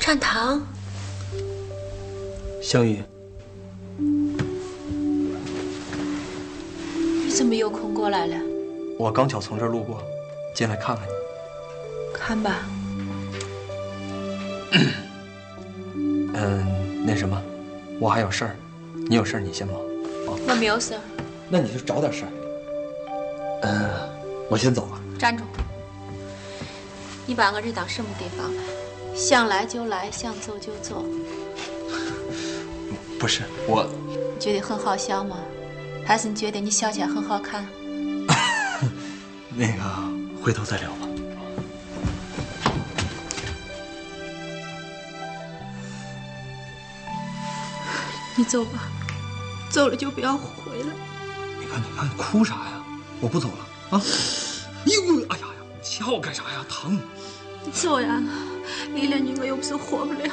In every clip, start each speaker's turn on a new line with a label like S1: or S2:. S1: 善堂，
S2: 香玉，
S1: 你怎么有空过来了？
S2: 我刚巧从这儿路过，进来看看你。
S1: 看吧，
S2: 嗯，那什么，我还有事儿，你有事儿你先忙。
S1: 我没有事儿，
S2: 哦那你就找点事儿。嗯，我先走了。
S1: 站住！你把我这当什么地方了？想来就来，想走就走，
S2: 不是我，
S1: 你觉得很好笑吗？还是你觉得你笑起来很好看？
S2: 那个回头再聊吧。
S1: 你走吧，走了就不要回来。
S2: 你看，你看，哭啥呀？我不走了啊！你我，哎呀呀，你掐我干啥呀？疼！
S1: 你走呀，离了你我又不是活不了。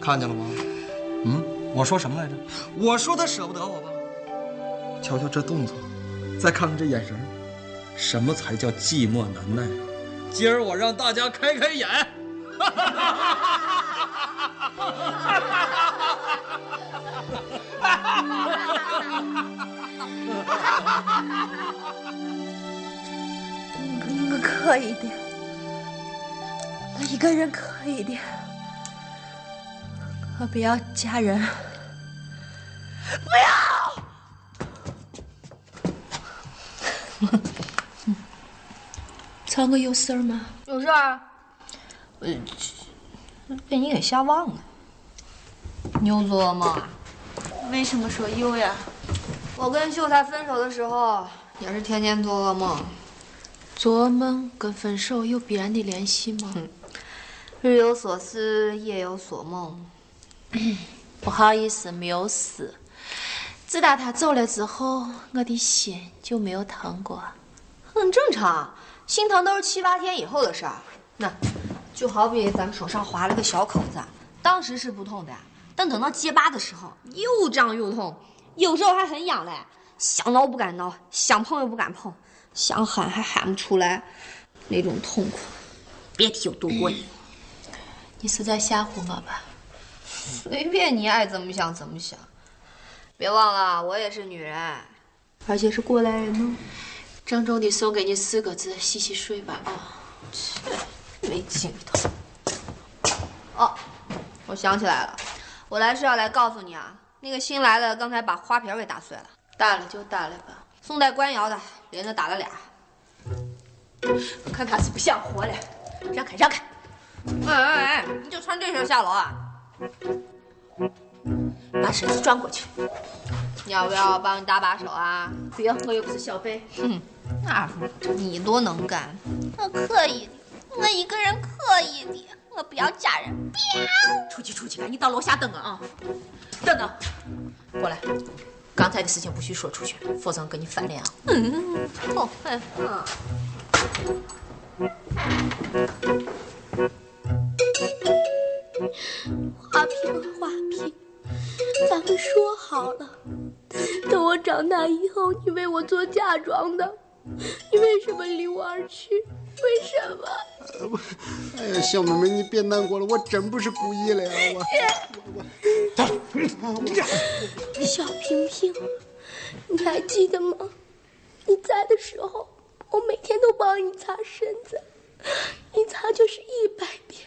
S2: 看见了吗？嗯，我说什么来着？我说他舍不得我吧。瞧瞧这动作，再看看这眼神儿，什么才叫寂寞难耐？今儿我让大家开开眼。
S3: 我可以的，我一个人可以的，我不要嫁人，
S1: 找我有事儿吗？
S4: 有事儿？啊呃，被你给吓忘了。你又做噩梦啊？
S1: 为什么说有呀？
S4: ，E 我跟秀才分手的时候，也是天天做噩梦，
S1: 做梦跟分手有必然的联系吗？
S4: 日有所思，夜有所梦。
S1: 不好意思，没有死。自打他走了之后，我的心就没有疼过。
S4: 很正常，啊心疼都是七八天以后的事儿。那，就好比咱们手上划了个小口子，当时是不痛的，但等到结疤的时候，又胀又痛，有时候还很痒嘞。想挠不敢挠，想碰又不敢碰，想喊还喊不出来，那种痛苦，别提有多过瘾。
S1: 你是在吓唬我吧？
S4: 随便哎你爱怎么想怎么想，别忘了我也是女人，而且是过来人呢。
S1: 郑重地送给你四个字：洗洗睡吧啊！
S4: 没劲头。哦，我想起来了，我来是要来告诉你啊，那个新来的刚才把花瓶给打碎了，
S1: 打了就打了吧，
S4: 宋代官窑的连着打了俩。
S1: 看他是不想活了。让开，让开！
S4: 哎哎哎，你就穿这身下楼啊？
S1: 把身子转过去。
S4: 你要不要我帮你搭把手啊？
S1: 不要，我又不是小贝。
S4: 那你多能干，
S5: 我可以的，我一个人可以的，我不要嫁人。
S1: 出去，出去，赶紧到楼下等我啊！等等，过来。刚才的事情不许说出去，否则我跟你翻脸啊！
S4: 好废话。
S5: 花瓶，花瓶，咱们说好了，等我长大以后，你为我做嫁妆的。你为什么离我而去？为什么？
S6: 哎呀，小妹妹，你别难过了，我真不是故意的呀，我。
S5: 哎小平平，你还记得吗？你在的时候，我每天都帮你擦身子，一擦就是一百遍，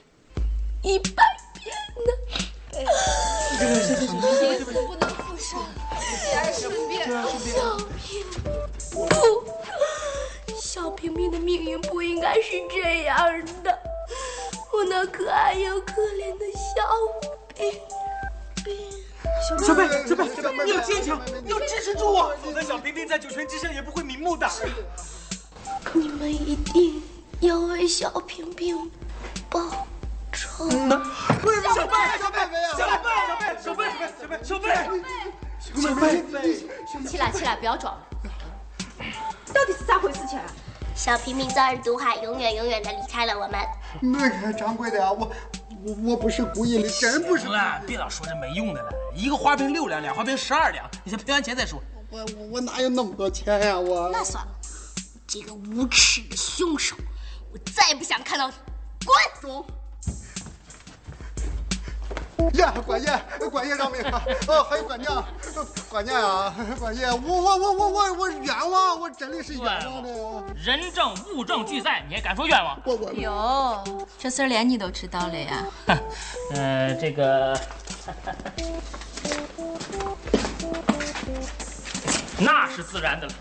S5: 一百遍呢。小平不，小平平的命运不应该是这样的。我那可爱又可怜的小平平。
S7: 小贝，小贝，你要坚强，你要支持住我，否则小冰冰在九泉之上也不会瞑目的。
S5: 你们一定要为小平平报仇。
S7: 小贝，小贝，小贝，小贝，小贝，小贝，小贝，
S1: 起来，起来，不要装了。
S5: 小平平遭人毒害，永远永远的离开了我们。
S6: 那个掌柜的呀，我我我不是故意的，真不是
S7: 行。了，别老说这没用的了。一个花瓶六两，俩花瓶十二两，你先赔完钱再说。
S6: 我我我哪有那么多钱呀、我
S5: 那算了，这个无耻的凶手，我再也不想看到你，滚！
S6: 耶，管业，管业饶命啊！哦，还有管家，管家啊，管业，我我我我我我冤枉，我真的是冤枉的呀！
S8: 人证物证俱在，你还敢说冤枉？
S6: 我我
S1: 哟，这事儿连你都知道了呀？
S8: 呃，这个， 那是自然的了。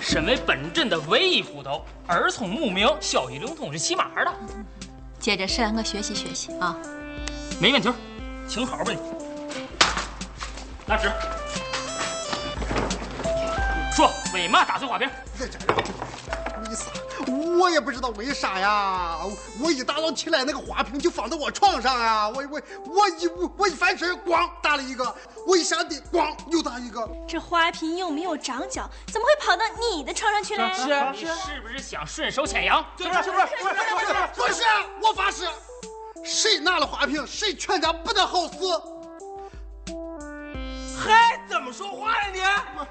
S8: 身为本镇的唯一捕头，儿聪目明，消息灵通是起码的，
S1: 接着事儿我学习学习啊。
S8: 没问题儿。请好吧你，拿纸，说为嘛打碎花瓶？
S6: 为啥？我也不知道为啥呀！我一大早起来，那个花瓶就放在我床上啊！我我我一我我一翻身，咣打了一个；我一下地，咣又打一个。
S9: 这花瓶又没有长脚，怎么会跑到你的床上
S7: 啊
S9: 去嘞？
S8: 你是不是想顺手牵羊？
S7: 是不啊是？是不是？不是不是啊
S6: 不是，我发誓，谁拿了花瓶，谁全家不得好死。
S7: 嗨，怎么说话呀你？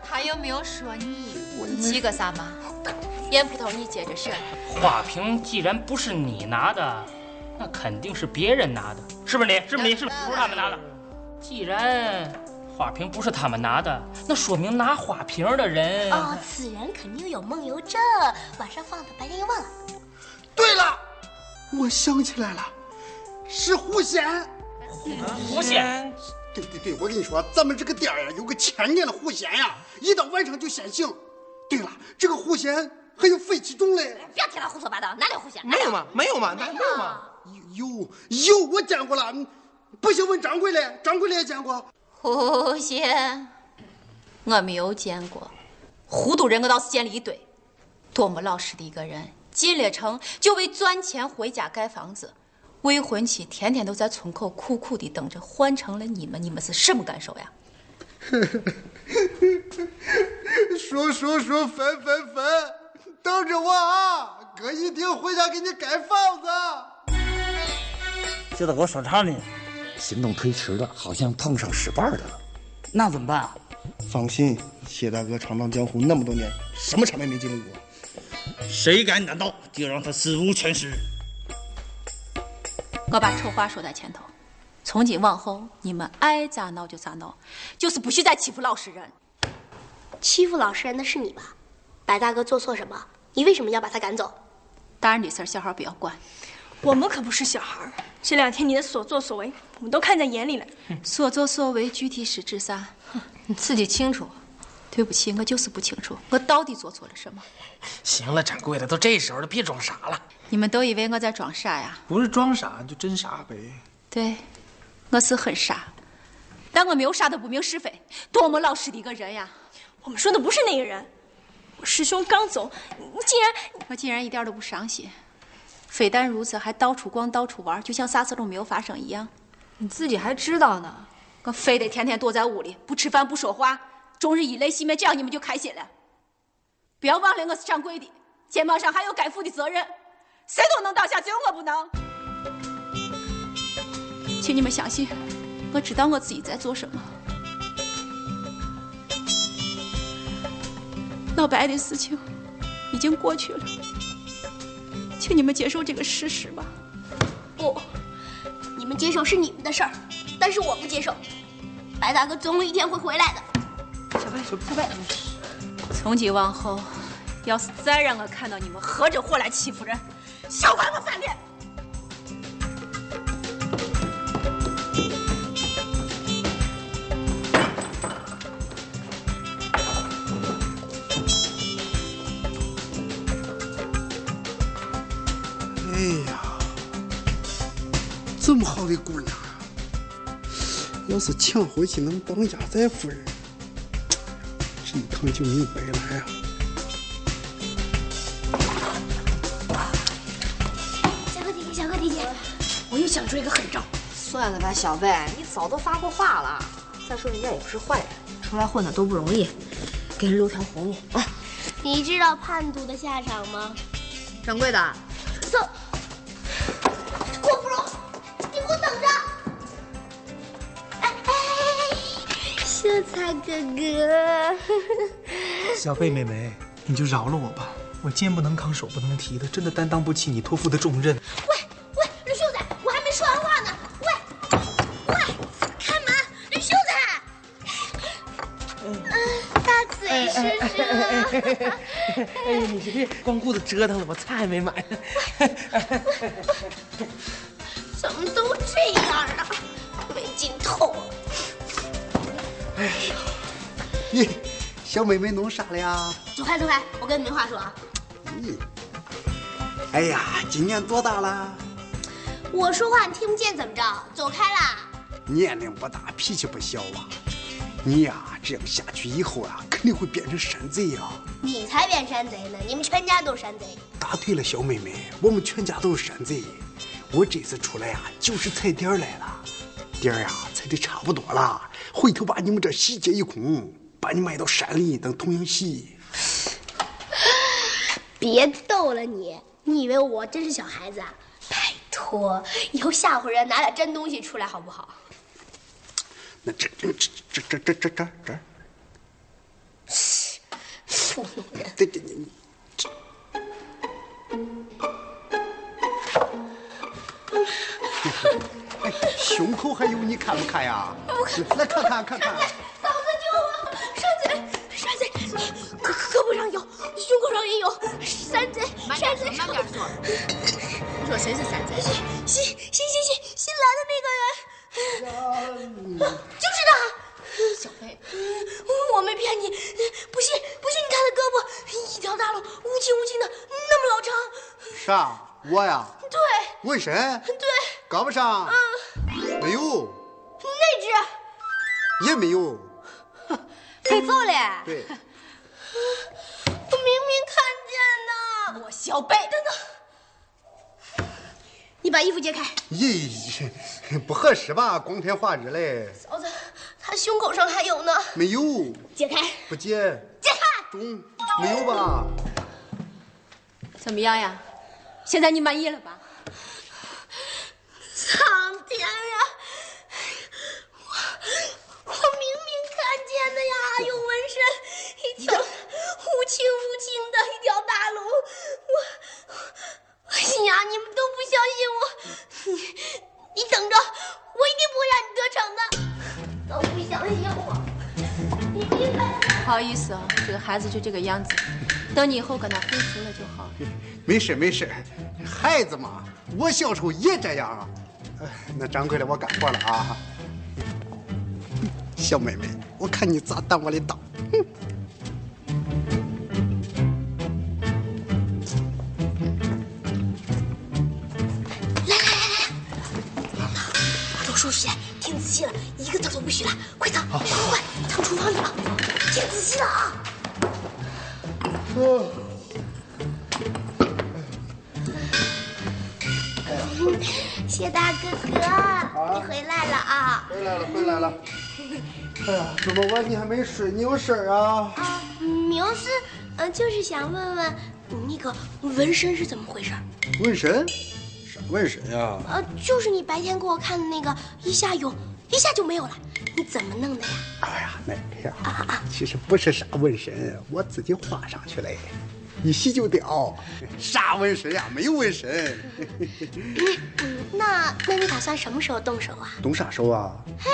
S1: 他又没有说你，急个啥嘛？烟捕头，你接着说。
S8: 花瓶既然不是你拿的，那肯定是别人拿的，是不是你？是不是你？是不是不是他们拿的？既然花瓶不是他们拿的，那说明拿花瓶的人……
S5: 哦，此人肯定有梦游症，晚上放的，白天又忘了。
S6: 对了，我想起来了，是狐仙。
S8: 狐仙，
S6: 对对对，我跟你说，咱们这个店儿啊呀，有个千年的狐仙呀，一到晚上就显形。对了，这个狐仙还有肺气肿嘞。
S5: 不要听他胡说八道，哪里有狐仙？
S7: 没有嘛？没有嘛？哪没有嘛？
S6: 有有，我见过了。嗯不行，问掌柜嘞，掌柜嘞也见过。
S1: 狐仙，我没有见过，糊涂人我倒是见了一堆。多么老实的一个人，进了城就为赚钱回家盖房子，未婚妻天天都在村口苦苦的等着，换成了你们，你们是什么感受呀？
S6: 叔叔叔，粉粉粉，等着我啊，哥一定回家给你盖房子。
S10: 这都给我说唱呢。
S11: 行动推迟了，好像碰上使绊儿的了。
S10: 那怎么办啊？
S6: 放心，谢大哥闯荡江湖那么多年，什么场面没经历过。
S10: 谁敢挡道，就让他死无全尸。
S1: 我把丑话说在前头，从今往后你们爱咋闹就咋闹，就是不许再欺负老实人。
S5: 欺负老实人的是你吧？白大哥做错什么？你为什么要把他赶走？
S1: 大人的事儿小孩不要管，
S9: 我们可不是小孩儿，这两天你的所作所为，我们都看在眼里了。
S1: 所作所为具体是指啥？
S4: 你自己清楚。
S1: 对不起，我就是不清楚，我到底做错了什么？
S7: 行了，掌柜的，都这时候了，别装傻了。
S1: 你们都以为我在装傻呀？
S7: 不是装傻，就真傻呗。
S1: 对，我是很傻，但我没有傻的不明是非，多么老实的一个人呀！
S9: 我们说的不是那个人，我师兄刚走，你竟然
S1: 我竟然一点都不伤心，非但如此，还到处逛、到处玩，就像啥事都没有发生一样。
S4: 你自己还知道呢。
S1: 我非得天天躲在屋里，不吃饭、不说话，终日以泪洗面，这样你们就开心了。不要忘了，我是掌柜的，肩膀上还有该负的责任，谁都能倒下，只有我不能。请你们相信，我知道我自己在做什么。老白的事情已经过去了，请你们接受这个事实吧。
S5: 不，你们接受是你们的事儿，但是我不接受。白大哥总有一天会回来的。
S1: 从今往后，要是再让我看到你们合着伙来欺负人，少管我饭店！
S6: 哎呀，这么好的姑娘，啊要是抢回去能当压寨夫人，这一趟就没白来啊！
S5: 小哥弟弟，小哥弟弟，我又想追个狠招。
S4: 算了吧，小贝，你早都发过话了。再说人家也不是坏人，出来混的都不容易，给人留条活路啊！
S5: 你知道叛徒的下场吗？
S4: 掌柜的，
S5: 走，郭芙蓉，你给我等着！秀才哥哥，
S7: 小贝妹妹，你就饶了我吧，我肩不能扛，手不能提的，真的担当不起你托付的重任。
S5: 喂，吕秀才，我还没说完话呢。喂，喂，开门，吕秀才。嗯，大嘴叔叔，
S2: 哎，你这别光顾着折腾了，我菜还没买呢。
S5: 怎么都这样啊？没劲透了。
S6: 咦，小美妹弄啥了呀？
S5: 走开走开，我跟你没话说啊。
S6: 咦，哎呀，今年多大了？
S5: 我说话你听不见怎么着？走开啦！
S6: 年龄不大，脾气不小啊。你呀、这样下去以后啊，肯定会变成山贼啊呀、
S5: 你才变山贼呢，你们全家都山贼。
S6: 答对了，小妹妹，我们全家都是山贼。我这次出来呀、就是踩点儿来了。点儿呀、踩的差不多了，回头把你们这洗劫一空，把你卖到山里当童养媳。
S5: 别逗了你，你以为我真是小孩子啊？拜托，以后吓唬人，拿点真东西出来好不好？
S6: 那这这这这这这这这，
S5: 糊弄人。
S6: 这这你 哎胸口还有，你看不看呀？来看看看看。
S5: 嫂子救我！山贼，山贼，胳胳膊上有，胸口上也有，山贼，山贼。慢 点说。你说谁是山贼？新新新新新来的那个人，就是他。小飞，我没骗你，不信不信你看他胳膊一条大路，乌青乌青的，那么老长。
S6: 啥？我呀，
S5: 对
S6: 纹身，
S5: 对，
S6: 胳膊上
S5: 嗯，
S6: 没有，
S5: 那只
S6: 也没有。
S1: 被揍嘞！
S6: 对，
S5: 我明明看见的。
S1: 我小贝，
S5: 等等，你把衣服揭开。
S6: 咦， 不合适吧？光天化日嘞，
S5: 嫂子，他胸口上还有呢，
S6: 没有，
S5: 解开，
S6: 不接，
S5: 解开。
S6: 中，没有吧？
S1: 怎么样呀？现在你满意了吧？
S5: 苍天呀！我我明明看见的呀，有纹身，一条乌青乌青的一条大龙。我，哎呀，你们都不相信我，你你等着，我一定不会让你得逞的。都不相信我，你明白？
S1: 不好意思啊，这个孩子就这个样子，等你以后跟他恢复了就好了。
S6: 没事没事，孩子嘛，我小时候也这样啊。呃那掌柜的，我干活了啊。小妹妹，我看你咋挡我的道。
S5: 把这收拾起来，听仔细了，一个字都不许落，快藏，快快，藏厨房里了，听仔细了啊！
S6: 哦
S5: 谢大哥哥，你回来了啊！
S6: 回来了，回来了。哎呀，怎么我你还没睡？你有事儿啊？
S5: 啊，明是，呃，就是想问问嗯你那个纹身是怎么回事儿？
S6: 纹身？啥纹身呀？
S5: 呃，就是你白天给我看的那个，一下有，一下就没有了，你怎么弄的呀？
S6: 哎呀，那个呀，其实不是啥纹身，我自己画上去嘞，一洗就掉。啥纹身呀？没有纹身，
S5: 嗯，那那你打算什么时候动手啊？
S6: 动啥手啊？
S5: 嘿，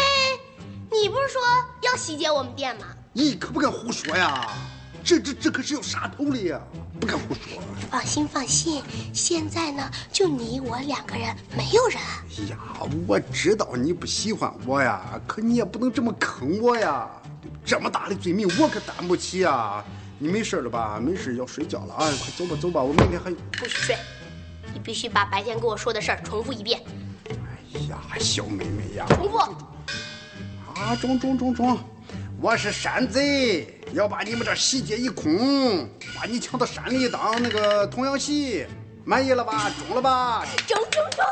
S5: 你不是说要洗劫我们店吗？
S6: 你可不敢胡说呀！这这这可是有杀头的呀，不敢胡说。
S5: 放心放心，现在呢就你我两个人，没有人。
S6: 哎呀，我知道你不喜欢我呀，可你也不能这么坑我呀！这么大的罪名我可担不起呀！你没事了吧？没事要睡觉了啊！快走吧走吧，我明天还……
S5: 不许睡，你必须把白天跟我说的事儿重复一遍，
S6: 哎呀，小妹妹呀！
S5: 重复。
S6: 啊，中中中中，我是山贼，要把你们这洗劫一空，把你抢到山里当那个童养媳，满意了吧？中了吧？
S5: 中中中，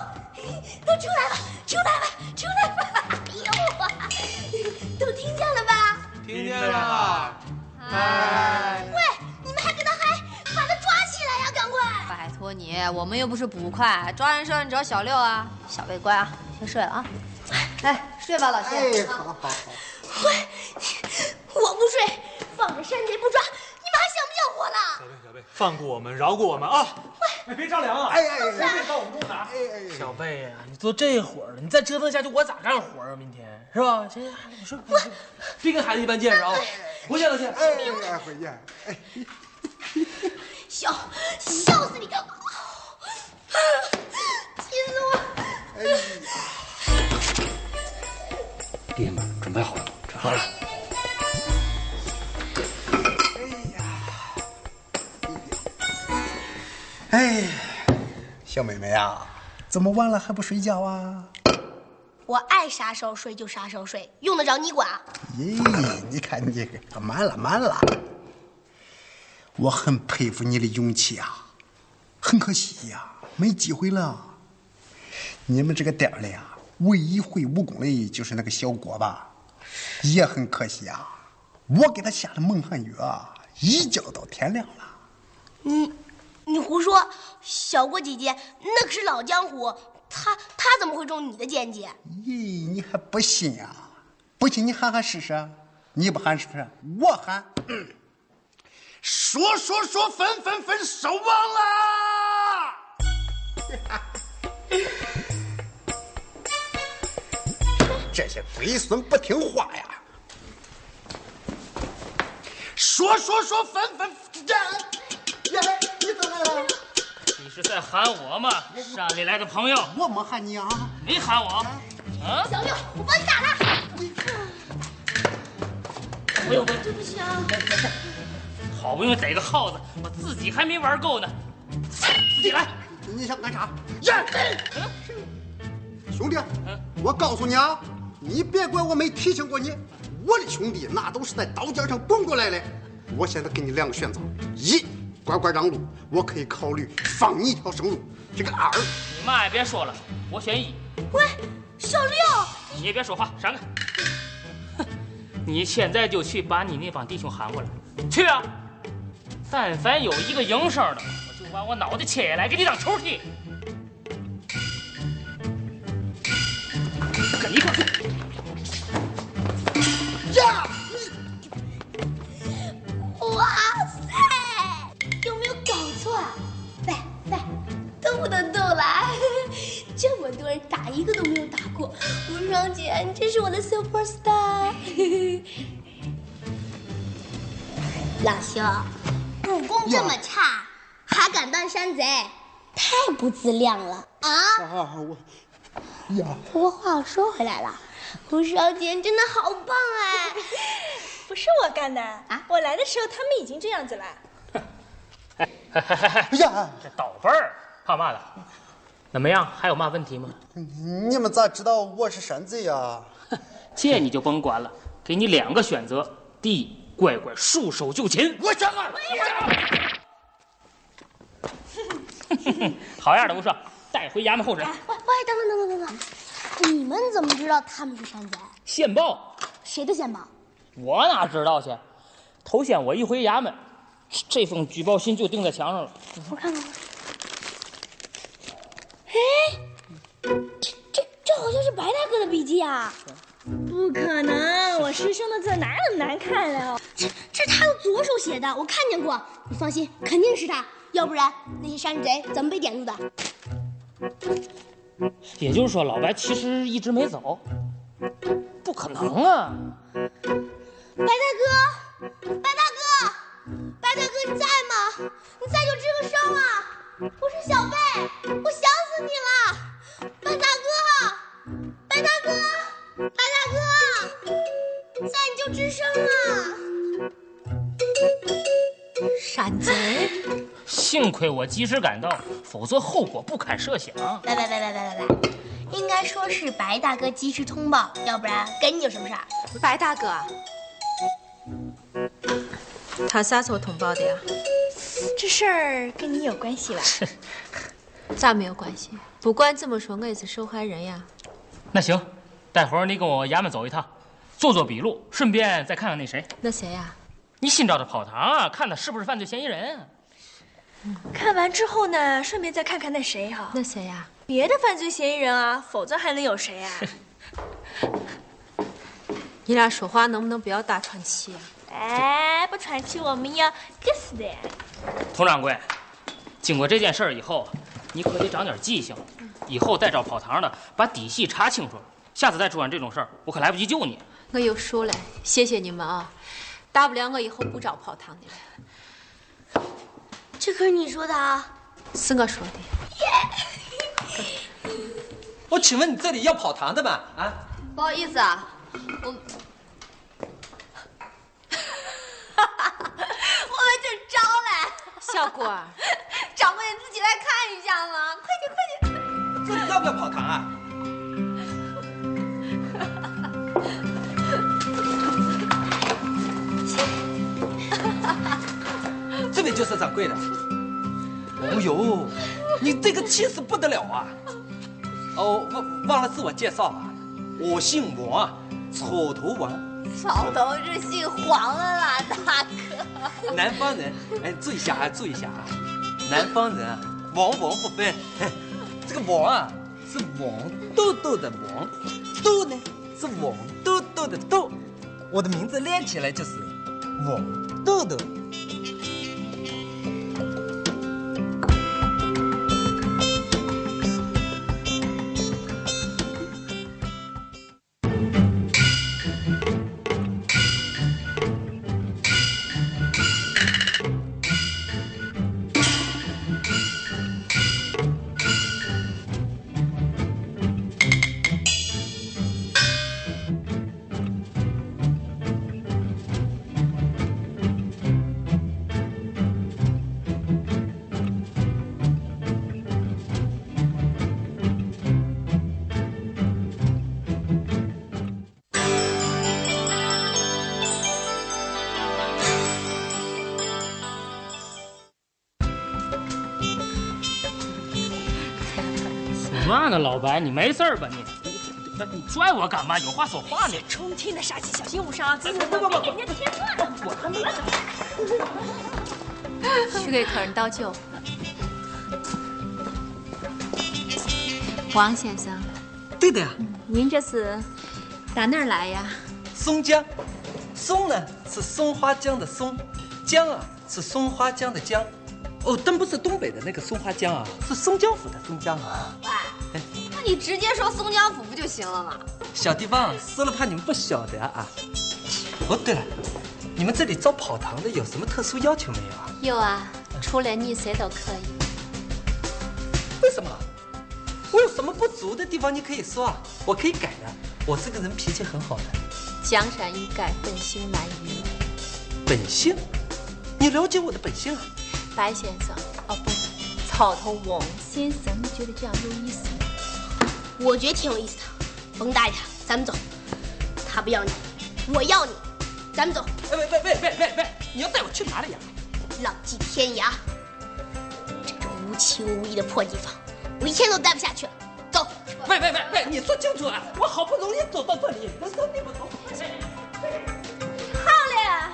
S5: 都出来了，出来了，出来了！哎呦啊，都听见了吧？
S7: 听见了。
S5: 喂，你们还跟他嗨，把他抓起来呀，赶快！
S4: 拜托你，我们又不是捕快，抓人手你找小六啊。小贝乖啊，先睡了啊。哎，睡吧，老谢。
S6: 哎，好好好，
S5: 乖，我不睡，放着山贼不抓，你们还想不想活了？
S9: 小贝，小贝，放过我们，饶过我们啊！哎，别着凉啊！
S12: 哎哎哎，
S9: 到我们屋拿。
S13: 小贝呀、你都这会儿了，你再折腾下去，我咋干活啊？明天是吧？行行，你睡吧，你睡吧别跟孩子一般见识啊！回去了去。
S12: 哎哎，回去。
S5: 笑，笑死你个！气死我！
S2: 弟兄们，准备好了，准备好了。
S12: 哎，小美美啊，怎么晚了还不睡觉啊？
S5: 我爱啥时候睡就啥时候睡，用得着你管？啊
S12: 咦，你看你这个，慢了慢了。我很佩服你的勇气啊，很可惜呀、没机会了。你们这个店儿里啊，唯一会武功的就是那个小郭吧，也很可惜啊。我给他下了蒙汗药啊，一觉到天亮了。
S5: 你，你胡说！小郭姐姐那可是老江湖，她她怎么会中你的奸计？
S12: 咦，你还不信呀、不信你喊喊试试，你不喊试试，我喊。说说说，分分分，手忘
S6: 啊
S12: 了。这些龟孙不听话呀！说说说，分分这，爷们，你怎么了？
S8: 你是在喊我吗？山里来的朋友，
S12: 我没喊你啊，
S8: 没喊我，啊？
S5: 小六，我帮你打他。
S8: 哎呦喂，
S5: 对不起啊，
S8: 好不容易逮个耗子，我自己还没玩够呢，自己来。
S12: 你想干啥？呀，兄弟，我告诉你啊，你别怪我没提醒过你，我的兄弟那都是在刀尖上滚过来的。我现在给你两个选择：一，乖乖让路，我可以考虑放你一条生路；这个二，
S8: 你嘛也别说了，我选乙。
S5: 喂，小六，
S8: 你也别说话，闪开！哼，你现在就去把你那帮弟兄喊过来，去啊！但凡有一个应声的，我就把我脑袋切下来给你当抽屉。跟一块儿去！
S12: 呀，
S5: 哇塞，有没有搞错啊？喂喂，动不动动来， 这么多人打一个都没有打过，吴双姐，你真是我的 super star。老兄，武功这么差，还敢当山贼，太不自量了啊！
S12: 啊，我，呀，
S5: 不过话又说回来了，胡少姐真的好棒哎！
S14: 不是我干的啊！我来的时候他们已经这样子了。
S12: 哎呀，
S8: 这倒辈儿，怕嘛的？怎么样？还有嘛问题吗？
S12: 你们咋知道我是山贼呀？
S8: 这你就甭管了，给你两个选择：第一，乖乖束手就擒；
S12: 我选二，
S8: 好样的，吴少，带回衙门候审。
S5: 哎喂喂，等等等等等等，你们怎么知道他们是山贼？
S8: 线报，
S5: 谁的线报？
S8: 我哪知道去？头先我一回衙门，这封举报信就钉在墙上了。
S5: 我看看。哎，这这这好像是白大哥的笔记啊！
S14: 不可能，我师兄的字哪有难看了？
S5: 这这是他用左手写的，我看见过。你放心，肯定是他，要不然那些山贼怎么被点住的？
S8: 也就是说，老白其实一直没走。不可能啊！
S5: 白大哥，白大哥，白大哥，你在吗？你在就吱个声啊！我是小贝，我想死你了！白大哥，白大哥，白大哥，在你就吱声啊！
S1: 山贼，
S8: 幸亏我及时赶到，否则后果不堪设想。
S5: 来来来来来来来，应该说是白大哥及时通报，要不然跟你有什么事儿？
S1: 白大哥，啊他啥时候通报的呀？
S14: 这事儿跟你有关系吧？
S1: 咋没有关系？不管怎么说，我也是受害人呀。
S8: 那行，待会儿你跟我衙门走一趟，做做笔录，顺便再看看那谁，
S1: 那谁呀？
S8: 你新找的跑堂啊，看他是不是犯罪嫌疑人。
S14: 看完之后呢，顺便再看看那谁哈、
S1: 那谁呀？
S14: 别的犯罪嫌疑人啊，否则还能有谁啊？
S15: 你俩说话能不能不要打喘气啊？
S5: 哎，不喘气我们要硌死的呀！
S8: 佟掌柜，经过这件事儿以后，你可得长点记性，以后再找跑堂的把底细查清楚了。下次再出现这种事儿，我可来不及救你。
S1: 我有数了，谢谢你们啊！大不了我以后不找跑堂的了。
S5: 这可是你说的啊？
S1: 是我说的。
S2: 我请问你这里要跑堂的吗？啊？
S4: 不好意思啊， 我。
S5: 我们这招来，
S1: 小郭儿，
S4: 啊掌柜你自己来看一下嘛，快点快点！
S2: 这里要不要跑堂啊？这位就是掌柜的。哦呦，你这个气势不得了啊！哦，忘忘了自我介绍了，我姓王，草头王，
S4: 草头是姓黄的啦，大哥。
S2: 南方人。哎，注意一下啊，注意一下啊，南方人啊，王王不分。 这个王啊，是王豆豆的王，豆呢是王豆豆的豆。我的名字连起来就是王豆豆。
S8: 嘛呢，老白，你没事儿吧你？你你拽我干嘛？有话说话呢。
S9: 冲哎天的杀气，小心误伤啊！
S8: 不不不，
S5: 人家添乱，
S8: 我还没
S1: 去给客人倒酒。王先生，
S2: 对的呀，
S1: 您这是打哪儿来呀？
S2: 松江，松呢是松花江的松，江啊是松花江的江。哦，但不是东北的那个松花江啊，是松江府的松江啊。
S4: 那你直接说松江府不就行了吗？
S2: 小地方，啊说了怕你们不晓得啊。哦，对了，你们这里招跑堂的有什么特殊要求没有啊？
S1: 有啊，除了你谁都可以。
S2: 为什么？我有什么不足的地方你可以说啊，我可以改的。我这个人脾气很好的，
S1: 江山易改，本性难移。
S2: 本性，你了解我的本性啊？
S1: 白先生，哦不，草头王先生，你觉得这样有意思吗？
S5: 我觉得挺有意思的。甭搭理他，咱们走。他不要你，我要你，咱们走。
S2: 哎，喂喂喂喂喂喂，你要带我去哪里呀、
S5: 浪迹天涯，这种无情无义的破地方，我一天都待不下去了。走。
S2: 喂喂喂喂，你说清楚啊！我好不容易走到这里，能让你们走？
S5: 好嘞。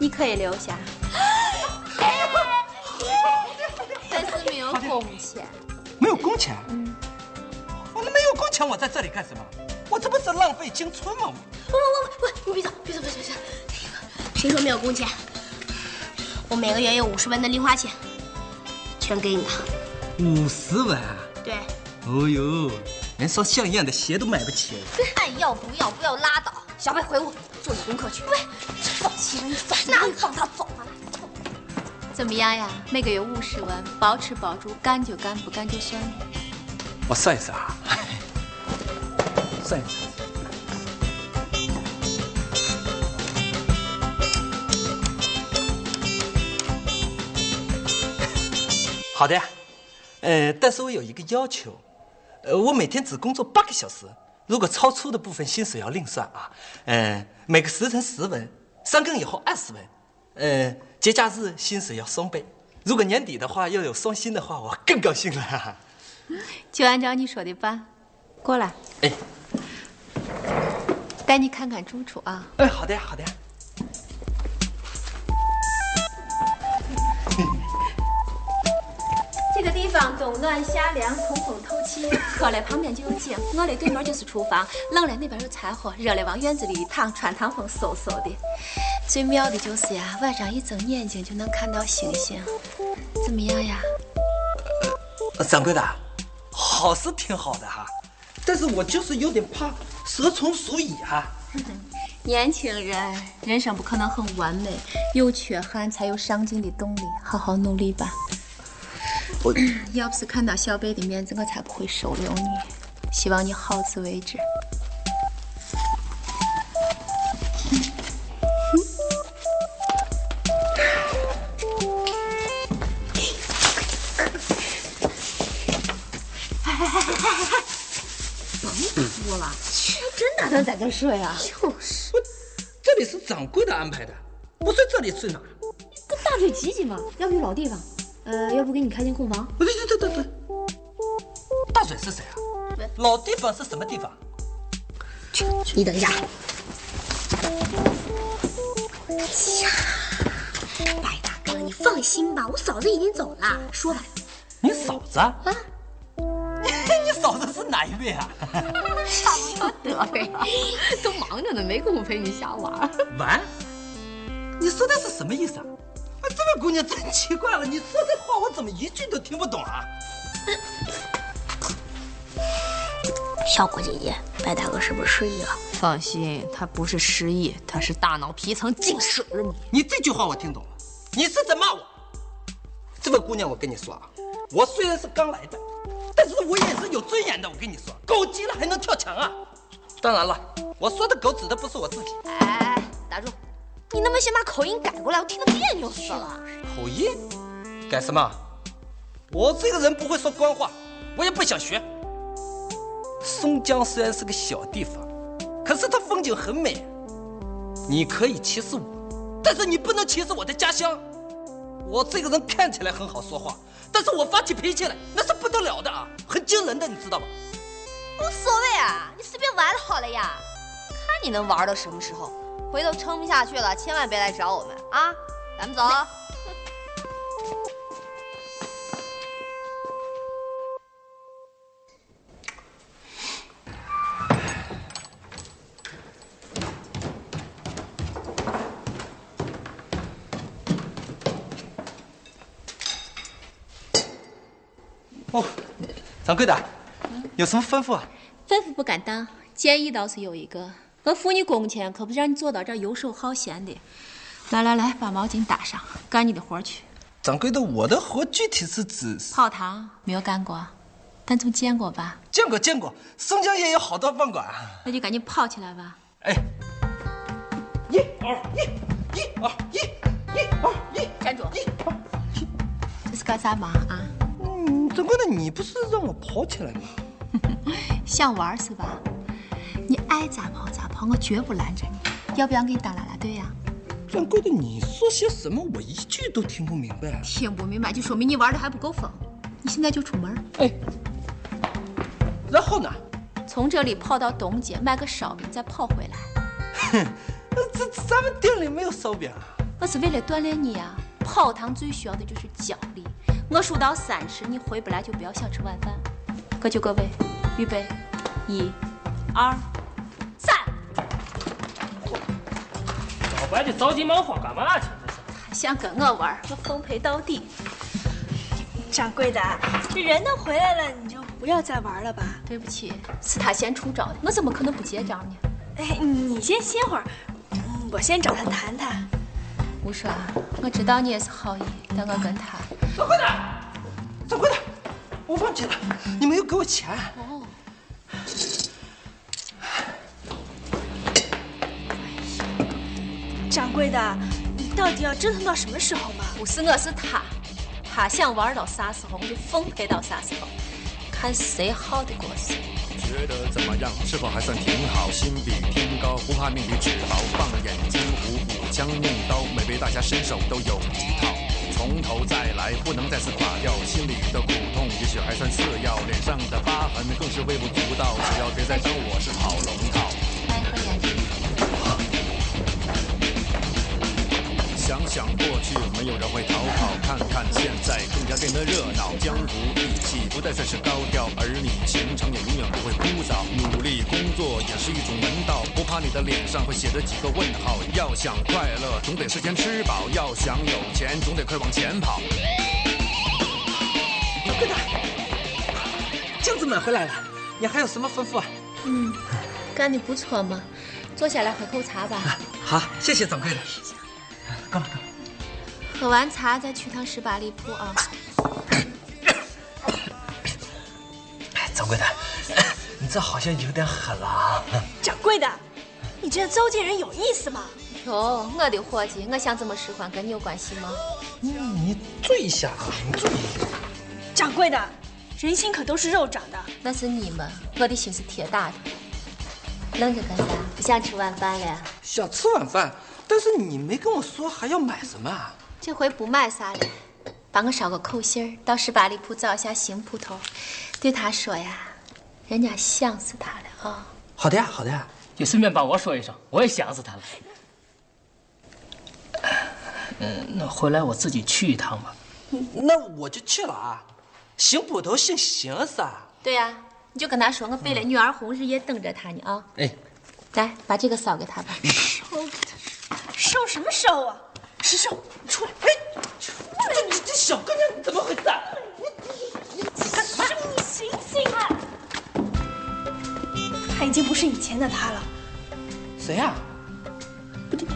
S1: 你可以留下，但是没有工钱。
S2: 没有工钱？我那没有工钱，我在这里干什么？我这不是浪费青春吗？
S5: 不不不不，你别走，别走，别走，别走。谁说没有工钱？我每个月有五十文的零花钱，全给你了。
S2: 五十万？啊
S5: 对。
S2: 哦呦，连双像样的鞋都买不起。
S4: 爱要不要不要拉倒！小贝回屋做你功课去。喂，放弃了你走，那你放他走吧。
S1: 怎么样呀？每个月五十文，包吃包住，干就干，不干就算了。
S2: 我算一算啊， 算一算。好的呀，呃，但是我有一个要求，呃，我每天只工作八个小时，如果超出的部分薪水要另算啊，呃，每个时辰十文，三更以后二十文，呃，节假日薪水要双倍，如果年底的话要有双薪的话，我更高兴了哈哈。
S1: 就按照你说的办。过来，
S2: 哎，
S1: 带你看看住处啊。
S2: 哎，好的呀，好的呀。
S1: 这个地方冬暖夏凉，通风透气，客来旁边就有井，我来对门就是厨房，冷来那边有柴火，热来往院子里一躺，穿堂风嗖嗖的。最妙的就是呀，晚上一睁眼睛就能看到星星，怎么样呀？
S2: 呃掌柜的，好是挺好的哈、但是我就是有点怕蛇虫鼠蚁啊。
S1: 年轻人，人生不可能很完美，有缺憾才有上进的动力，好好努力吧。
S2: 我
S1: 要不是看到小贝的面子，我才不会收留你。希望你好自为之。
S4: 哎哎哎哎哎哎！甭说了，居然真打算在这儿睡啊？就是，
S2: 这里是掌柜的安排的，我在这里睡哪？
S4: 跟大腿挤挤嘛，要不就老地方。呃，要不给你开间空房？
S2: 对对对对对。大嘴是谁啊？老地方是什么地方？
S4: 你等一下，
S5: 哎呀，白大哥，你放心吧，我嫂子已经走了。说吧，
S2: 你嫂子啊？ 你嫂子是哪一位 啊？
S4: 得呗，都忙着呢，没工夫陪你瞎玩。
S2: 玩？你说的是什么意思啊？啊，这位姑娘真奇怪了，你说这话我怎么一句都听不懂啊？
S5: 小果姐姐，白大哥是不是失忆了？
S4: 放心，他不是失忆，他是大脑皮层进水了你。
S2: 你这句话我听懂了，你是在骂我。这位姑娘，我跟你说啊，我虽然是刚来的，但是我也是有尊严的。我跟你说，狗急了还能跳墙啊！当然了，我说的狗指的不是我自己。
S4: 哎打住！你能不能先把口音改过来？我听得别扭死了。
S2: 口音？改什么？我这个人不会说官话，我也不想学。松江虽然是个小地方，可是它风景很美。你可以歧视我，但是你不能歧视我的家乡。我这个人看起来很好说话，但是我发起脾气来那是不得了的啊，很惊人的，你知道吗？
S4: 无所谓啊，你随便玩就好了呀。看你能玩到什么时候，回头撑不下去了，千万别来找我们啊！咱们走。
S2: 哦，掌柜的，有什么吩咐啊？
S1: 吩咐不敢当，建议倒是有一个。我付你工钱，可不是让你坐到这儿游手好闲的。来来来，把毛巾搭上，干你的活儿去。
S2: 掌柜的，我的活具体是指
S1: 泡汤没有干过，但总见过吧？
S2: 见过见过，松江也有好多饭馆啊。
S1: 那就赶紧泡起来吧。
S2: 一二一，一二一，一二一，
S1: 站住！
S2: 一二，
S1: 这是干啥嘛啊？
S2: 嗯，掌柜的，你不是让我跑起来吗？
S1: 想玩儿是吧？你爱咋跑咋跑，我绝不拦着你。要不要给你当啦啦队啊呀？
S2: 掌柜的，你说些什么？我一句都听不明白啊。
S1: 听不明白就说明你玩的还不够疯。你现在就出门儿。
S2: 哎，然后呢？
S1: 从这里跑到东街买个烧饼，再跑回来。
S2: 这咱们店里没有烧饼啊。
S1: 我是为了锻炼你啊！跑堂最需要的就是脚力。我数到三十，你回不来就不要想吃晚饭。各就各位，预备，一、二、三。
S8: 老白这着急忙慌干嘛去？
S1: 想跟我玩儿，我奉陪到底。
S9: 掌柜的，人都回来了，你就不要再玩了吧。
S1: 对不起，是他先出招的，我怎么可能不接招呢？
S9: 哎，你先歇会儿，嗯我先找他谈谈。
S1: 吴爽，我知道你也是好意，但我跟他
S2: 掌柜的，掌柜的，我忘记了，你没有给我钱。
S1: 哦。
S9: 掌柜的，你到底要折腾到什么时候嘛？
S1: 不是我是他，他想玩到啥时候我就奉陪到啥时候，看谁耗得过谁。
S12: 觉得怎么样？是否还算挺好？心比天高，不怕命比纸薄。放眼金湖，舞枪弄刀，每位大侠身手都有一套。从头再来，不能再次垮掉。心里的苦痛也许还算次要，脸上的疤痕更是微不足道。只要别再当我是跑龙套。想想过去，没有人会逃跑。看看现在，更加变得热闹。江湖义气不再算是高调，而你却少，努力工作也是一种门道。不怕你的脸上会写着几个问号。要想快乐，总得事先吃饱；要想有钱，总得快往前跑。
S2: 镜子买回来了，你还有什么吩咐啊？
S1: 嗯，干得不错嘛，坐下来喝口茶吧。
S2: 好，谢谢掌柜的。
S1: 喝完茶再去趟十八里铺啊。
S2: 哎，掌柜的， 你这好像有点狠了啊！
S9: 掌柜的，你这糟践人有意思吗？
S1: 哟，我的伙计，我想怎么使唤跟你有关系吗？
S2: 你醉一下啊！你醉一下。
S9: 掌柜的，人心可都是肉长的。
S1: 那是你们，我的心是铁打的。愣着干啥？不想吃晚饭了呀？
S2: 想吃晚饭，但是你没跟我说还要买什么啊？
S1: 这回不买啥了，帮我捎个口信儿，到十八里铺找一下邢捕头，对他说呀，人家想死他了啊、
S2: 好的呀，好的呀。
S8: 也顺便帮我说一声，我也想死他了。嗯，那回来我自己去一趟吧。
S2: 那我就去了啊。邢捕头姓邢是吧？
S1: 对呀、你就跟他说，我备了女儿红，日夜等着他呢啊、
S2: 哎，
S1: 嗯来，把这个捎给他吧。
S9: 收什么收啊？师兄，你出来！哎，
S2: 你这小姑娘，你怎么回事？啊
S9: 你干什么？你醒醒啊！他已经不是以前的他了。
S2: 谁呀、不对，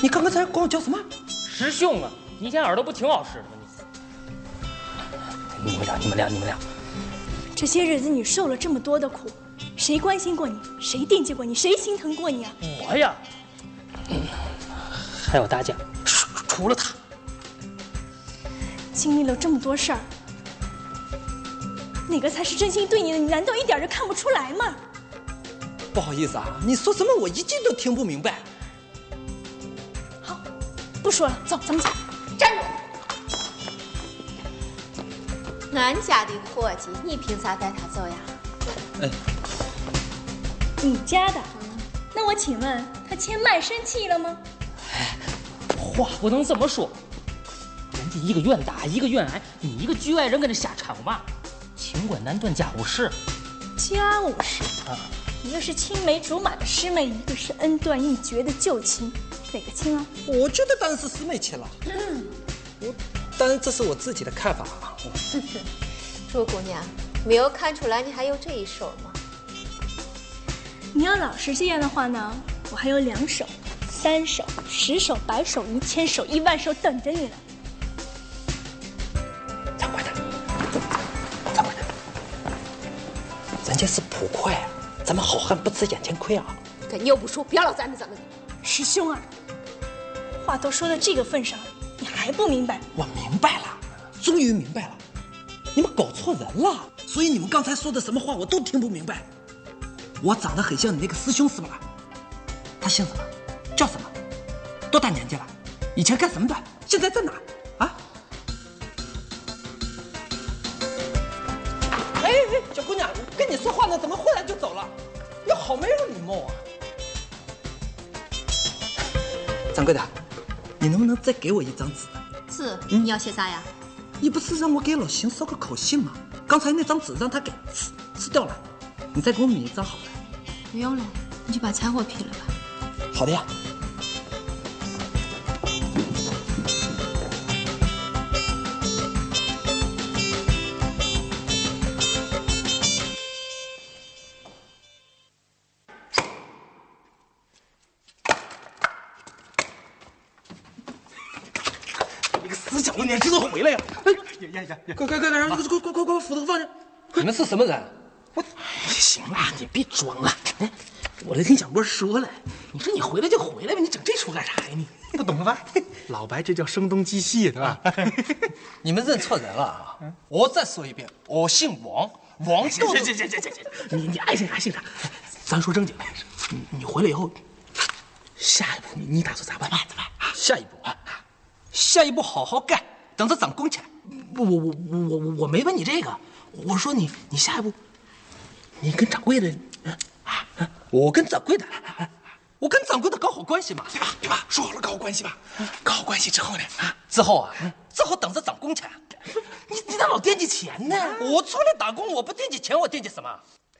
S2: 你刚刚才管我叫什么？
S8: 师兄啊，你以前耳朵不挺好使的吗？你你们俩，你们俩，你们俩，
S9: 这些日子你受了这么多的苦，谁关心过你？谁惦记过你？谁心疼过你啊？
S8: 我呀，嗯还有大家，除了他，
S9: 经历了这么多事儿，哪个才是真心对你的？你难道一点儿都看不出来吗？
S2: 不好意思啊，你说什么我一句都听不明白。
S9: 不说了，走，咱们走。
S1: 站住！俺家的伙计，你凭啥带他走呀？
S9: 你家的，那我请问他签卖身契了吗？
S8: 话不能这么说。人家一个愿打，一个愿挨，你一个局外人跟这瞎掺和嘛？情关难断家务事
S9: 家务事，
S8: 啊！
S9: 一个是青梅竹马的师妹，一个是恩断义绝的旧情，哪个亲啊？
S2: 我觉得当然是师妹亲了，当然这是我自己的看法啊。
S1: 朱姑娘，没有看出来你还有这一手吗？
S9: 你要老是这样的话呢，我还有两手、三手、十手、百手、一千手、一万手等着你呢。
S2: 人家是捕快啊，咱们好汉不吃眼前亏啊。
S1: 跟你又不熟，不要老咱们咱们。
S9: 师兄啊，话都说到这个份上了，你还不明白？
S2: 我明白了，终于明白了，你们搞错人了。所以你们刚才说的什么话我都听不明白。我长得很像你那个师兄是吧？他姓什么？叫什么？多大年纪了？以前干什么的？现在在哪？啊？哎哎，小姑娘，我跟你说话呢，怎么忽然就走了？你好没有礼貌啊！掌柜的，你能不能再给我一张纸？
S1: 是，你要写啥呀？
S2: 你不是让我给老邢捎个口信吗？刚才那张纸让他给吃吃掉了，你再给我买一张好了。
S1: 不用了，你就把柴火劈了吧。
S2: 好的呀。你个死小姑娘，这都回来呀！哎，呀呀呀！快快快快，快快快快快，斧头放下！你们是什么人？我哎行了，你别装了。哎，我都跟小波说了，你说你回来就回来呗，你整这出干啥呀你？
S7: 不懂了吧？老白这叫声东击西，对吧？
S2: 你们认错人了啊！我再说一遍，我姓王，王豆豆。
S7: 行行行行行行，你你爱信啥信啥。咱说正经的，你你回来以后，下一步你你打算咋办？咋办？
S2: 下一步啊，下一步好好干，等着涨工钱。
S7: 不，我我我我我没问你这个，我说你你下一步，你跟掌柜的
S2: 我跟掌柜的，我跟掌柜的搞好关系嘛，对吧？
S7: 对吧？说好了搞好关系吧，搞好关系之后呢，啊，
S2: 之后啊，之后等着涨工钱。
S7: 你你咋老惦记钱呢？
S2: 我出来打工，我不惦记钱，我惦记什么？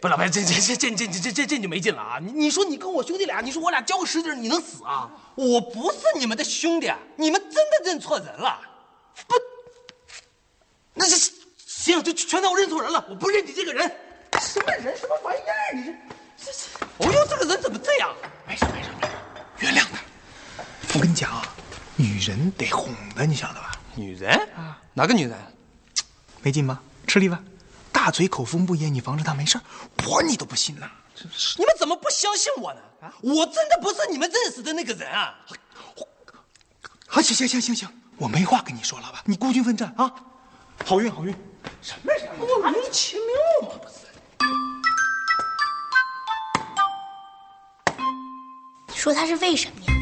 S6: 不是老白，这这这这这这这这就没劲了啊！你你说你跟我兄弟俩，你说我俩交个十字，你能死啊？
S2: 我不是你们的兄弟，你们真的认错人了。不，那是行，就全当我认错人了，我不认你这个人。
S6: 什么人，什么玩意儿？你这这这，
S2: 哦呦，这个人怎么这样？
S6: 没事没事没事，原谅他。我跟你讲啊，女人得哄的，你晓得吧？
S2: 女人啊，哪个女人？
S6: 没劲吧？吃力吧？大嘴口风不严，你防着她没事儿我你都不信呐！
S2: 你们怎么不相信我呢？啊，我真的不是你们认识的那个人啊！
S6: 好，行行行行行，我没话跟你说，老板，你孤军奋战啊！好运好运！
S2: 什么人？莫名其妙嘛，不是？
S5: 你说他是为什么呀？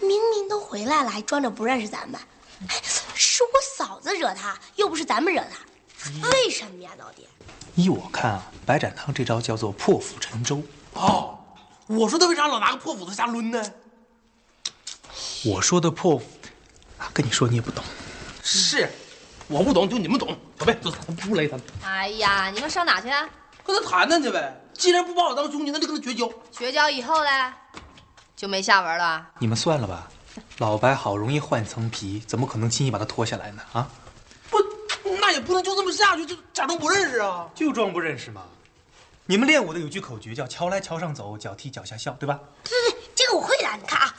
S5: 明明都回来了，还装着不认识咱们，哎是我嫂子惹他，又不是咱们惹他，为什么呀，老爹？
S2: 依我看啊，白展堂这招叫做破釜沉舟。
S6: 哦，我说他为啥老拿个破斧子瞎抡呢？
S2: 我说的破，啊，跟你说你也不懂。
S6: 是，我不懂就你们懂。走呗，走，咱不勒他们。
S1: 嗯
S4: 哎呀，你们上哪去？
S6: 跟他谈谈去呗。既然不把我当兄弟，那就跟他绝交。
S4: 绝交以后嘞，就没下文了。
S2: 你们算了吧，老白好容易换层皮，怎么可能轻易把他脱下来呢？啊？
S6: 那也不能就这么下去，就假装不认识啊！
S2: 就装不认识嘛。你们练武的有句口诀叫“桥来桥上走，脚踢脚下笑”，对吧？
S5: 对对对，这个我会的。你看啊，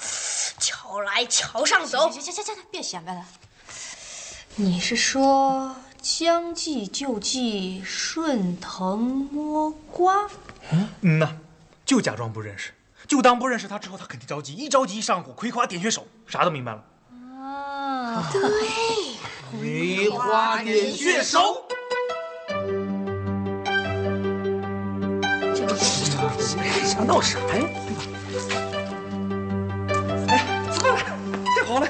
S5: 桥来桥上走。
S4: 行行行行，别显摆了。你是说将计就计，顺藤摸瓜？
S2: 嗯嗯呐，就假装不认识，就当不认识他之后，他肯定着急，一着急一上火，葵花点穴手，啥都明白了。
S4: 啊，
S5: 对。
S6: 梅花点穴手。
S2: 想闹啥呀？哎，吃饭了，太好了，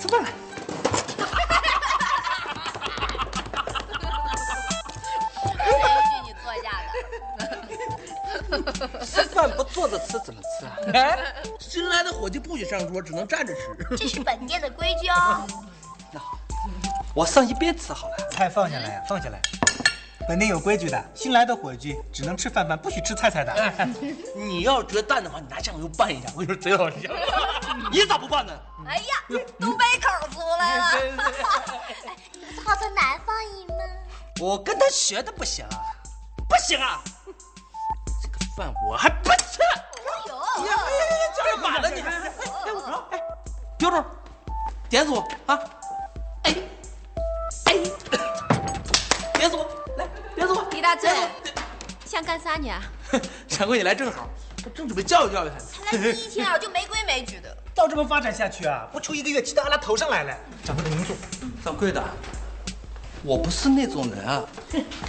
S2: 吃饭了。
S4: 谁允许你坐下的？
S2: 吃饭不坐着吃怎么吃啊？
S6: 哎，新来的伙计不许上桌，只能站着吃。
S5: 这是本店的规矩哦。
S2: 那好。我上一边吃好了，
S12: 菜放下来呀、啊，放下来。本店有规矩的，新来的伙计只能吃饭饭，不许吃菜菜的。哎、
S2: 你要觉得淡的话，你拿酱油拌一下， 我跟你说贼好吃。你咋不拌呢？
S4: 哎呀，东北口出来 了。
S5: 哎你不好从南方人吗？
S2: 我跟他学的不行啊，不行啊，这个饭我还不吃。
S4: 哎呦，
S2: 这咋了你？哎，我说，哎，标准，点死我啊！哎。别走，来，别走！
S1: 李大嘴，想干啥你啊？
S2: 掌柜，你来正好，我正准备教育教育
S4: 他。才来第一天啊，就没规没矩的。
S12: 照这么发展下去啊，不出一个月，骑到阿拉头上来了。掌柜的，您坐。
S2: 掌柜的，我不是那种人啊，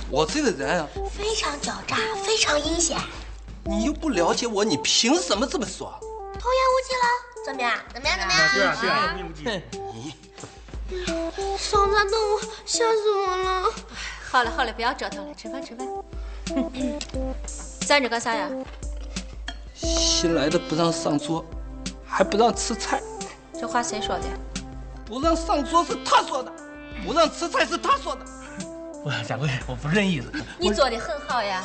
S2: 我这个人啊，
S5: 非常狡诈，
S1: 嗯
S5: 非常阴险。
S2: 你又不了解我，你凭什么这么说？
S5: 童言无忌了？怎么样？怎么样？怎么样？
S12: 对啊，对啊，童言无忌。
S2: 你。
S5: 哎嫂子，等我，吓死我了！
S1: 好了好了，不要折腾了，吃饭 吃饭。站着干啥呀？
S2: 新来的不让上桌，还不让吃菜。
S1: 这话谁说的？
S2: 不让上桌是他说的，不让吃菜是他说的。
S6: 我掌柜，我不是这意思。
S1: 你做的很好呀，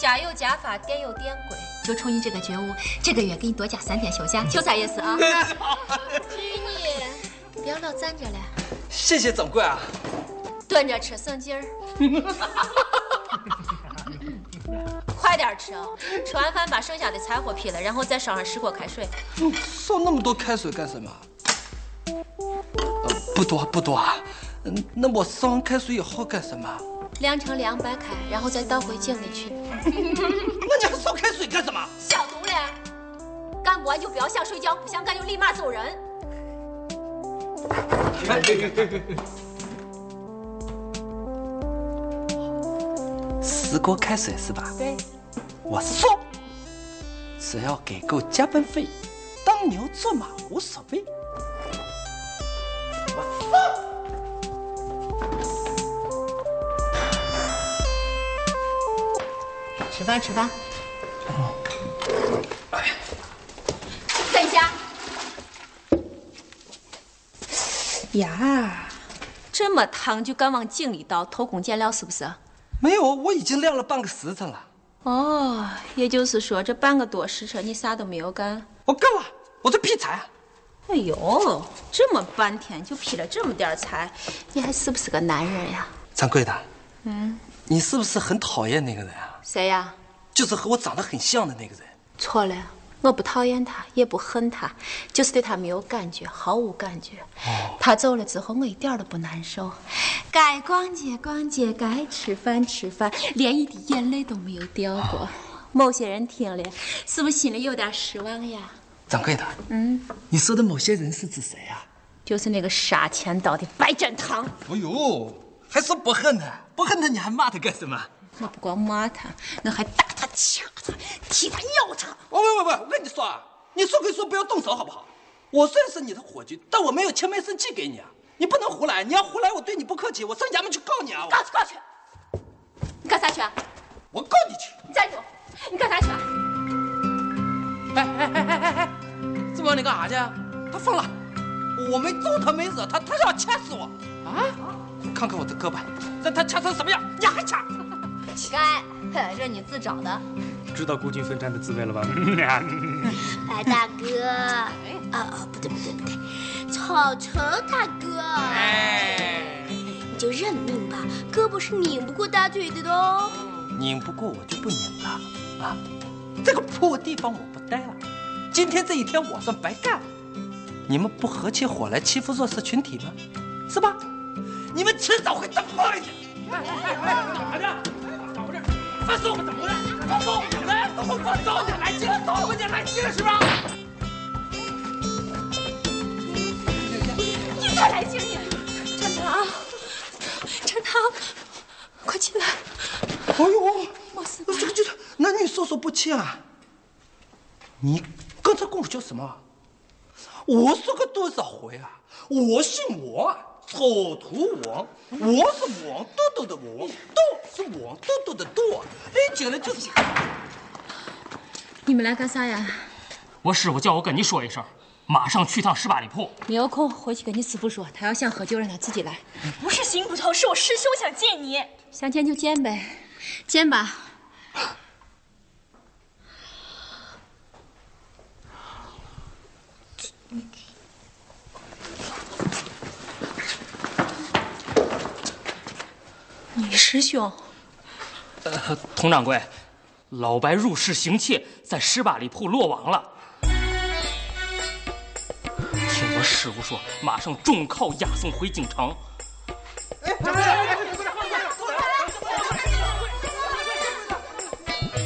S1: 假有假法，颠有颠规。就冲你这个觉悟，这个月给你多加三天休假，就啥意思啊？
S5: 至于你。
S1: 不要老站着了，
S2: 谢谢掌柜啊！
S1: 蹲着吃省 劲儿，快点吃啊！吃完饭把剩下的柴火劈了，然后再烧上十锅开水。
S2: 烧那么多开水干什么？呃，不多不多啊。嗯，那我烧完开水以后干什么？
S1: 晾成凉白开，然后再倒回井里去。
S2: 那你还烧开水干什么？
S1: 消毒嘞！干不完就不要想睡觉，不想干就立马走人。
S2: 十锅开水是吧？
S1: 对，
S2: 我说，只要给够加班费，当牛做马无所谓。我说。
S1: 吃饭，吃饭。等一下。呀，这么烫就敢往井里倒，偷工减料是不是？
S2: 没有，我已经晾了半个时辰了。
S1: 哦，也就是说，这半个多时辰你啥都没有干。
S2: 我干了，我在劈柴啊。
S1: 哎呦，这么半天就劈了这么点儿柴，你还是不是个男人呀？
S2: 掌柜的，
S1: 嗯，
S2: 你是不是很讨厌那个人啊？
S1: 谁呀？
S2: 就是和我长得很像的那个人。
S1: 错了，我不讨厌他，也不恨他，就是对他没有感觉，毫无感觉。他走了之后，我一点儿都不难受，该逛街逛街，该吃饭吃饭，连一滴眼泪都没有掉过。某些人听了，是不是心里有点失望呀？
S2: 掌柜的，
S1: 嗯，
S2: 你说的某些人是指谁啊？
S1: 就是那个杀千刀的白展堂。
S2: 哎呦，还说不恨他，不恨他你还骂他干什么？
S1: 我不光骂他，我还打他、掐他、踢他、咬他。
S2: 喂哦喂喂，我跟你说啊，你说归说，不要动手好不好？我虽然是你的伙计，但我没有青梅生气给你啊，你不能胡来，你要胡来，我对你不客气，我上衙门去告你啊！
S1: 告去告去，你干啥去啊？
S2: 我告你去！
S1: 你站住！你干啥去啊？
S2: 哎哎哎哎哎哎，这帮你干啥去啊？他疯了，我没揍他，没惹他，他要掐死我啊！你看看我的胳膊，让他掐成什么样，你还掐？
S4: 该，哼这你自找的。
S16: 知道孤军奋战的滋味 了吧？
S5: 白哎大哥，啊啊，不对不对不对，草蛇大哥，你就认命吧，胳膊是拧不过大腿的的哦。
S2: 拧不过我就不拧了啊！这个破地方我不待了，今天这一天我算白干了。你们不合起伙来欺负弱势群体吗？是吧？你们迟早会遭报应的。哎哎哎，干啥呢？咋回事？放松，怎么了？放松，来，松松，放松，来劲了，松，快点来劲了，是吧？
S15: 你再来劲你！展堂，展堂，快进来！
S2: 哎呦，
S15: 莫斯
S2: 这个就是男女授受不亲啊！你刚才跟我叫什么？我说过多少回啊？我姓王，丑图王，我是王豆豆的王，豆是王豆豆的豆，哎，进来就是。
S1: 你们来干啥呀？
S8: 我师傅叫我跟你说一声，马上去趟十八里铺。
S1: 你有空回去跟你师傅说，他要想喝酒，让他自己来。
S15: 不是邢捕头，是我师兄想见你。
S1: 想见就见呗，见吧。你师兄，
S8: 呃，佟掌柜，老白入室行窃，在十八里铺落网了。听我师傅说，马上重铐押送回京城。